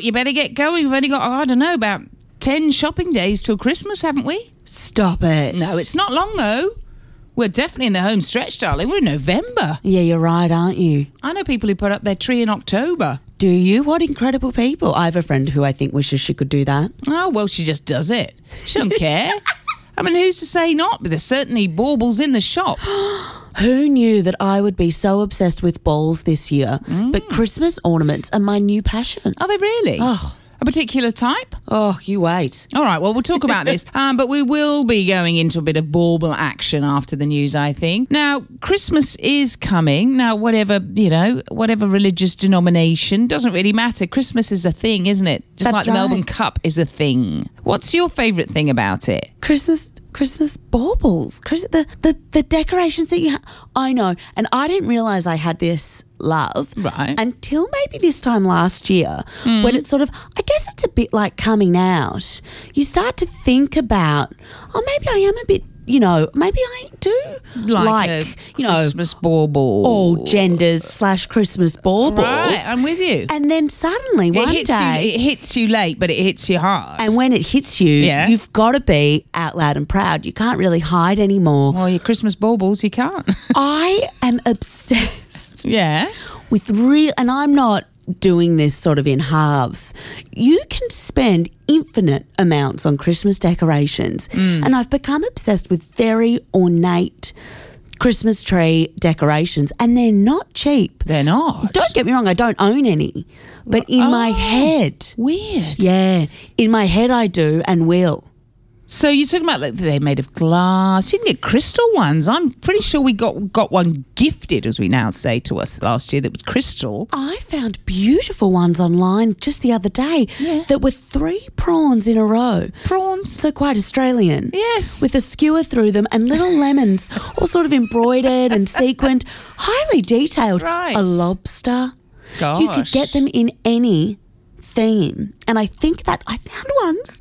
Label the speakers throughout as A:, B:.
A: you better get going. We've only got, oh, I don't know, about 10 shopping days till Christmas, haven't we?
B: Stop it.
A: No, it's not long, though. We're definitely in the home stretch, darling. We're in November.
B: Yeah, you're right, aren't you?
A: I know people who put up their tree in October.
B: Do you? What incredible people. I have a friend who I think wishes she could do that.
A: Oh, well, she just does it. She don't care. I mean, who's to say not? But there's certainly baubles in the shops.
B: Who knew that I would be so obsessed with balls this year? But Christmas ornaments are my new passion.
A: Are they really?
B: Oh.
A: A particular type?
B: Oh, you wait.
A: All right, well, we'll talk about this, um, but we will be going into a bit of bauble action after the news, I think. Now, Christmas is coming. Now, whatever, you know, whatever religious denomination, doesn't really matter. Christmas is a thing, isn't it? Just
B: That's
A: like the
B: right.
A: Melbourne Cup is a thing. What's your favourite thing about it?
B: Christmas Christmas baubles. Chris, the, the the decorations that you ha- I know, and I didn't realize I had this love
A: Right. Mm.
B: until maybe this time last year when it's sort of I guess it's a bit like coming out. You start to think about, oh maybe I am a bit, you know, maybe I do like, uh,
A: a
B: you know, Oh,
A: Christmas bauble.
B: all genders slash Christmas baubles.
A: Right, I'm with you.
B: and then suddenly
A: It
B: one
A: hits,
B: day
A: you, it hits you late, but it hits you hard.
B: and when it hits you,
A: Yeah.
B: you've got to be out loud and proud. You can't really hide anymore.
A: well, your Christmas baubles, you can't.
B: Oh. I am obsessed
A: yeah.
B: with real, and I'm not doing this sort of in halves. You can spend infinite amounts on Christmas decorations, and I've become obsessed with very ornate Christmas tree decorations, and they're not cheap.
A: They're not.
B: Don't get me wrong, I don't own any, but in my
A: Oh.
B: head,
A: Weird.
B: yeah, in my head I do and will.
A: So you're talking about like they're made of glass. You can get crystal ones. I'm pretty sure we got got one gifted, as we now say to us last year, that was crystal.
B: I found beautiful ones online just the other day
A: Yeah.
B: that were three prawns in a row.
A: Prawns.
B: So quite Australian.
A: Yes.
B: With a skewer through them and little lemons, all sort of embroidered and sequined, highly detailed.
A: Right.
B: A lobster.
A: Gosh.
B: You could get them in any theme. And I think that I found ones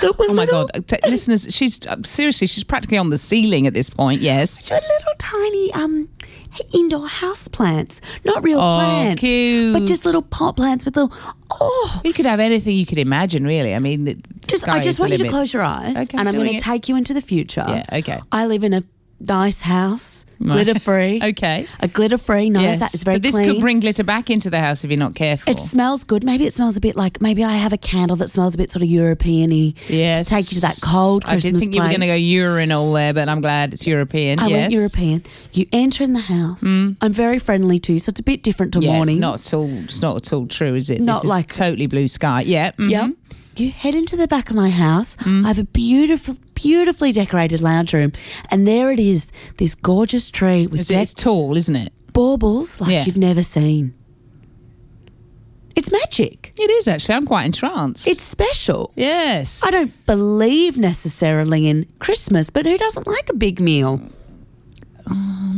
B: that were
A: Oh my
B: little,
A: god, Uh, t- listeners, she's uh, seriously, she's practically on the ceiling at this point. Yes.
B: Which were little tiny um indoor house plants. Not real
A: Oh,
B: plants. But
A: cute.
B: just little pot plants with little oh
A: You could have anything you could imagine, really. I mean, the, the
B: Just,
A: sky
B: I
A: is
B: just
A: the
B: want you to
A: limit.
B: close your eyes,
A: Okay,
B: and I'm
A: doing
B: going to
A: it.
B: take you into the future.
A: Yeah, okay.
B: I live in a nice house, glitter free.
A: Okay.
B: a glitter free nice.
A: Yes.
B: house. It's very
A: but this
B: clean.
A: could bring glitter back into the house if you're not careful.
B: it smells good. Maybe it smells a bit like maybe I have a candle that smells a bit sort of European-y
A: yes.
B: to take you to that cold
A: I
B: Christmas
A: did think you were
B: place.
A: going to go urinal there, but I'm glad it's European.
B: I
A: yes. Mm.
B: went European. You enter in the house. I'm very friendly too, so it's a bit different to
A: Yeah, it's
B: mornings.
A: not at all. It's not at all true, is it?
B: Not
A: this is
B: like-
A: totally blue sky. Yeah. mhm.
B: Yep. You head into the back of my house. I have a beautiful, beautifully decorated lounge room, and there it is. This gorgeous tree with
A: It's, it's
B: decked
A: tall, isn't it?
B: baubles like
A: Yeah.
B: you've never seen. It's magic.
A: It is actually. I'm quite entranced.
B: It's special.
A: yes.
B: I don't believe necessarily in Christmas, but who doesn't like a big meal?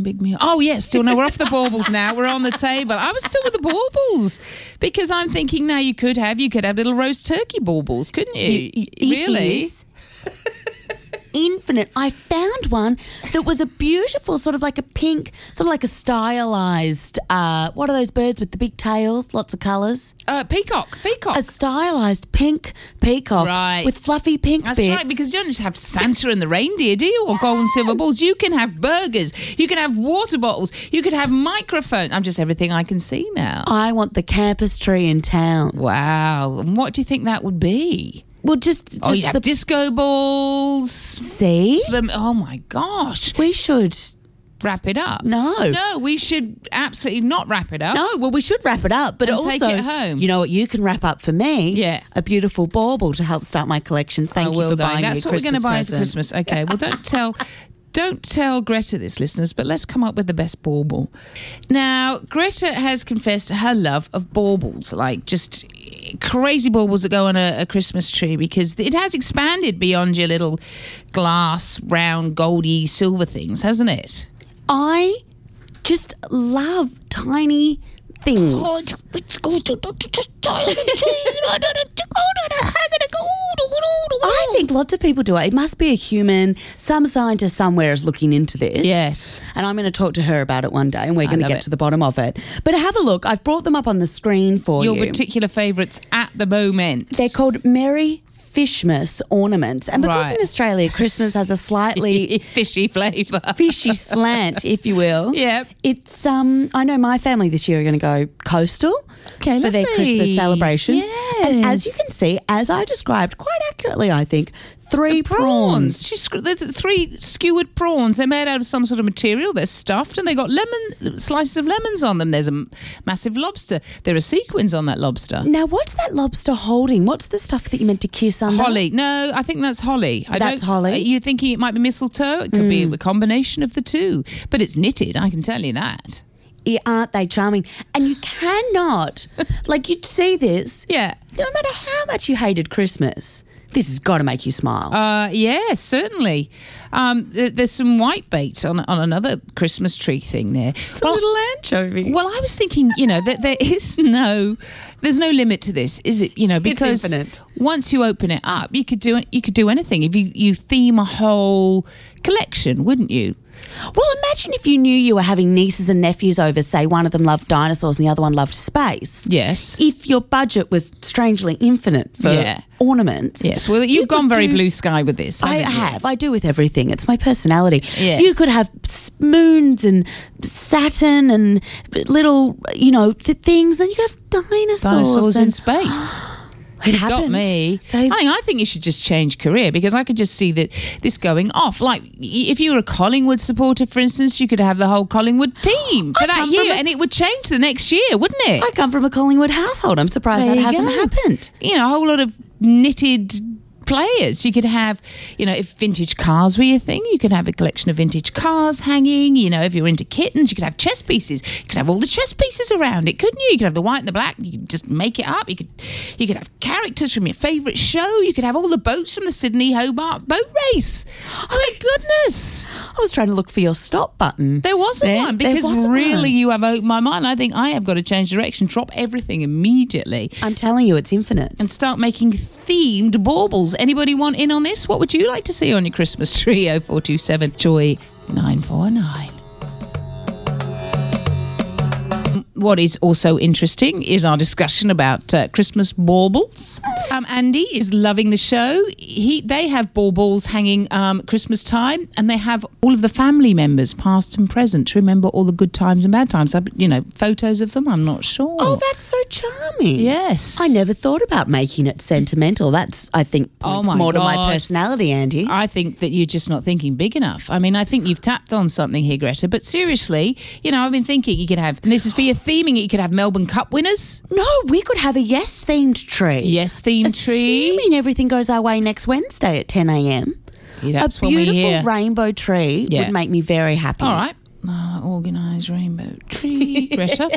A: big meal. Oh yes, still no. We're off the baubles now. We're on the table. I was still with the baubles because I'm thinking now you could have you could have little roast turkey baubles, couldn't you?
B: It- it
A: really?
B: is infinite. I found one that was a beautiful sort of like a pink, sort of like a stylized. Uh, what are those birds with the big tails? Lots of colours.
A: Uh, peacock. Peacock.
B: A stylized pink peacock
A: Right.
B: with fluffy pink
A: That's
B: bits.
A: right, because you don't just have Santa and the reindeer, do you? Or gold and silver balls. You can have burgers. You can have water bottles. You could have microphones. I'm just everything I can see now.
B: I want the campus tree in town.
A: Wow. And what do you think that would be?
B: Well, just, just
A: oh, you'd have
B: the
A: disco balls.
B: see.
A: Them, oh my gosh.
B: We should.
A: Wrap it up.
B: No.
A: No, we should absolutely not wrap it up.
B: No, well, we should wrap it up, but
A: And
B: also,
A: take it home.
B: you know what? You can wrap up for me.
A: Yeah.
B: a beautiful bauble to help start my collection. Thank
A: I
B: you
A: will,
B: for
A: darling.
B: buying
A: That's
B: me a
A: what we're
B: Christmas
A: to buy
B: present.
A: for Christmas. Okay. Well, don't tell. Don't tell Greta this, listeners, but let's come up with the best bauble. Now, Greta has confessed her love of baubles, like just crazy baubles that go on a, a Christmas tree, because it has expanded beyond your little glass, round, goldy, silver things, hasn't it?
B: I just love tiny things.
A: Oh,
B: I think lots of people do it. It must be a human. Some scientist somewhere is looking into this.
A: Yes.
B: And I'm going to talk to her about it one day and we're going to
A: love
B: get
A: it.
B: to the bottom of it. But have a look. I've brought them up on the screen for
A: Your
B: you.
A: particular favourites at the moment.
B: They're called Merry Fishmas ornaments. And because
A: Right.
B: in Australia, Christmas has a slightly
A: fishy flavour.
B: fishy slant, if you will.
A: Yep.
B: It's um I know my family this year are gonna go coastal
A: Okay,
B: for their
A: lovely.
B: Christmas celebrations. And
A: Yes.
B: as you can see, as I described quite accurately, I think, three
A: prawns.
B: prawns.
A: She's sc- the the three skewered prawns. They're made out of some sort of material. They're stuffed and they got lemon slices of lemons on them. There's a m- massive lobster. There are sequins on that lobster.
B: Now what's that lobster holding? What's the stuff that you're meant to kiss under?
A: Holly. No, I think that's holly. I
B: That's
A: don't-
B: holly? Mm.
A: uh, You're thinking it might be mistletoe. It could be a combination of the two. But it's knitted. I can tell you that.
B: Yeah, Aren't they charming? And you cannot like you'd see this.
A: Yeah.
B: No matter how much you hated Christmas, this has gotta make you smile.
A: Uh, yeah, certainly. Um, th- there's some white bait on on another Christmas tree thing there.
B: it's a little anchovy.
A: Well, I was thinking, you know, that there is no, there's no limit to this, is it? You know, because
B: infinite.
A: once you open it up, you could do it. You could do anything if you you theme a whole collection, wouldn't you?
B: Well, imagine if you knew you were having nieces and nephews over, say one of them loved dinosaurs and the other one loved space.
A: Yes.
B: If your budget was strangely infinite for
A: Yeah.
B: ornaments.
A: Yes. Well, you've
B: you
A: gone
B: could
A: very
B: do-
A: blue sky with this.
B: I
A: haven't you?
B: have. I do with everything. It's my personality.
A: Yeah.
B: You could have s- moons and Saturn and little, you know, th- things. Then you could have dinosaurs.
A: Dinosaurs in
B: and
A: space.
B: it
A: Got
B: happened.
A: me.
B: They-
A: I think I think you should just change career because I could just see that this going off. Like y- if you were a Collingwood supporter, for instance, you could have the whole Collingwood team for
B: I
A: that
B: come from
A: year,
B: a-
A: and it would change the next year, wouldn't it?
B: I come from a Collingwood household. I'm surprised
A: There
B: that
A: you
B: hasn't
A: go.
B: happened.
A: you know, a whole lot of knitted players. You could have, you know, if vintage cars were your thing, you could have a collection of vintage cars hanging. You know, if you're into kittens, you could have chess pieces. You could have all the chess pieces around it, couldn't you? You could have the white and the black. You could just make it up. You could, you could have characters from your favourite show. You could have all the boats from the Sydney Hobart boat race. Oh my goodness,
B: I was trying to look for your stop button.
A: there wasn't
B: There-
A: one
B: there
A: because
B: wasn't
A: really,
B: one.
A: you have opened my mind. I think I have got to change direction, drop everything immediately
B: I'm telling you, it's infinite.
A: and start making themed baubles. Anybody want in on this? What would you like to see on your Christmas tree? Oh, 0427 Joy 949. What is also interesting is our discussion about uh, Christmas baubles. Um, Andy is loving the show. He, they have baubles hanging um, Christmas time, and they have all of the family members, past and present, to remember all the good times and bad times. I, you know, photos of them. I'm not sure.
B: Oh, that's so charming.
A: yes,
B: I never thought about making it sentimental. That's, I think, points
A: Oh my
B: more to
A: God. Uh,
B: my personality, Andy.
A: I think that you're just not thinking big enough. I mean, I think you've tapped on something here, Greta. But seriously, you know, I've been thinking you could have, and this is for your theming, you could have Melbourne Cup winners,
B: no, we could have a yes themed tree.
A: yes, theme tree.
B: Assuming everything goes our way next Wednesday at 10 a.m.
A: That's
B: a
A: when we
B: beautiful
A: hear.
B: rainbow tree
A: Yeah.
B: would make me very happy.
A: All right. Organised rainbow tree, Greta.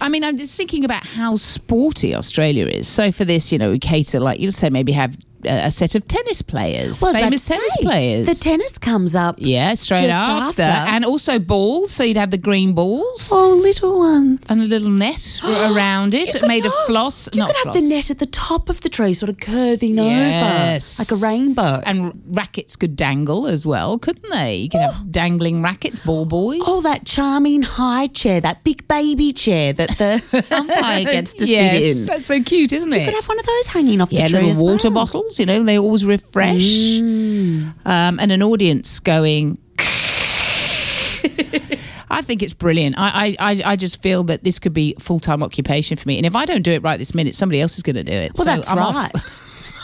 A: I mean, I'm just thinking about how sporty Australia is. So for this, you know, we cater like you'll say maybe have a, a set of tennis players,
B: Well, I was
A: famous
B: about to
A: tennis
B: say,
A: players.
B: The tennis comes up.
A: yeah, straight
B: Just
A: after.
B: after.
A: and also balls. So you'd have the green balls.
B: Oh, little ones.
A: and a little net around it
B: You could
A: made of
B: not-
A: floss.
B: You
A: Uh, not
B: could have
A: floss.
B: the net at the top of the tree, sort of curving
A: Yes.
B: over, like a rainbow.
A: And r- rackets could dangle as well, couldn't they? You could have dangling rackets, ball boys.
B: Oh, that charming high chair, that big baby chair that the umpire gets to
A: yes,
B: sit in.
A: That's so cute, isn't
B: You
A: it?
B: could have one of those hanging off
A: yeah,
B: the tree
A: little
B: as
A: water
B: well. Mm.
A: bottles, you know, they always refresh. Um, and an audience going. I think it's brilliant. I, I, I- I just feel that this could be full time occupation for me. And if I don't do it right this minute, somebody else is going to do it. So
B: Well, that's
A: I'm off.
B: right.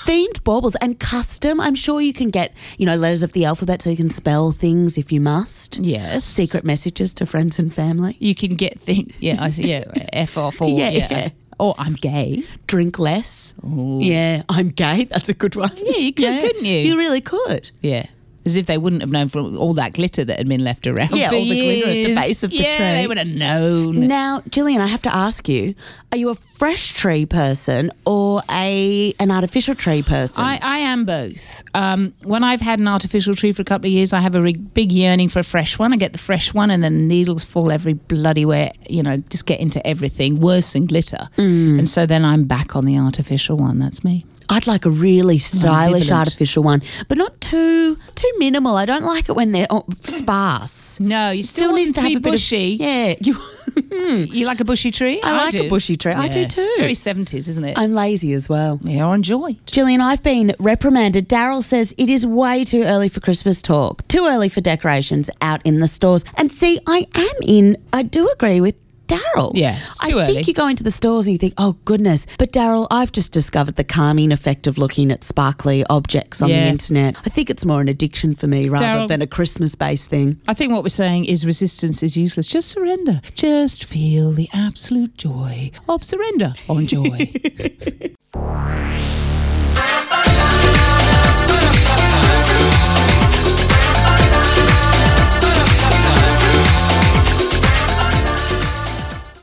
B: Themed baubles and custom. I'm sure you can get, you know, letters of the alphabet so you can spell things if you must.
A: Yes.
B: Secret messages to friends and family.
A: you can get things. Yeah, I, see- yeah, f off or yeah.
B: Yeah, yeah.
A: Or I'm gay.
B: Drink less. Yeah, I'm gay. That's a good one.
A: Yeah, you could, couldn't you?
B: You really could.
A: Yeah. as if they wouldn't have known from all that glitter that had been left around.
B: Yeah,
A: for
B: all the glitter at the
A: years.
B: base of the
A: yeah,
B: tree.
A: They would have known.
B: Now, Gillian, I have to ask you: Are you a fresh tree person or a an artificial tree person?
A: I, I am both. Um, when I've had an artificial tree for a couple of years, I have a re- big yearning for a fresh one. I get the fresh one, and then needles fall every bloody where, you know, just get into everything, worse than glitter.
B: Mm.
A: And so then I'm back on the artificial one. That's me.
B: I'd like a really stylish
A: Ambivalent.
B: artificial one, but not too too minimal. I don't like it when they're oh, sparse.
A: No, you still, want
B: needs
A: them to, be
B: bit of-
A: bushy.
B: yeah, you.
A: You like a bushy tree?
B: I like a
A: do.
B: bushy tree. I do too.
A: Very 70s, isn't it?
B: I'm lazy as well.
A: Yeah, on joy.
B: Gillian, I've been reprimanded. Daryl says it is way too early for Christmas talk, too early for decorations out in the stores. And see, I am in, I do agree with Daryl.
A: Yeah, it's
B: I
A: too early.
B: think you go into the stores and you think, oh goodness. But Daryl, I've just discovered the calming effect of looking at sparkly objects on the
A: Yeah.
B: internet. I think it's more an addiction for me rather
A: Daryl-
B: than a Christmas based thing.
A: I think what we're saying is resistance is useless. Just surrender. Just feel the absolute joy of surrender on joy.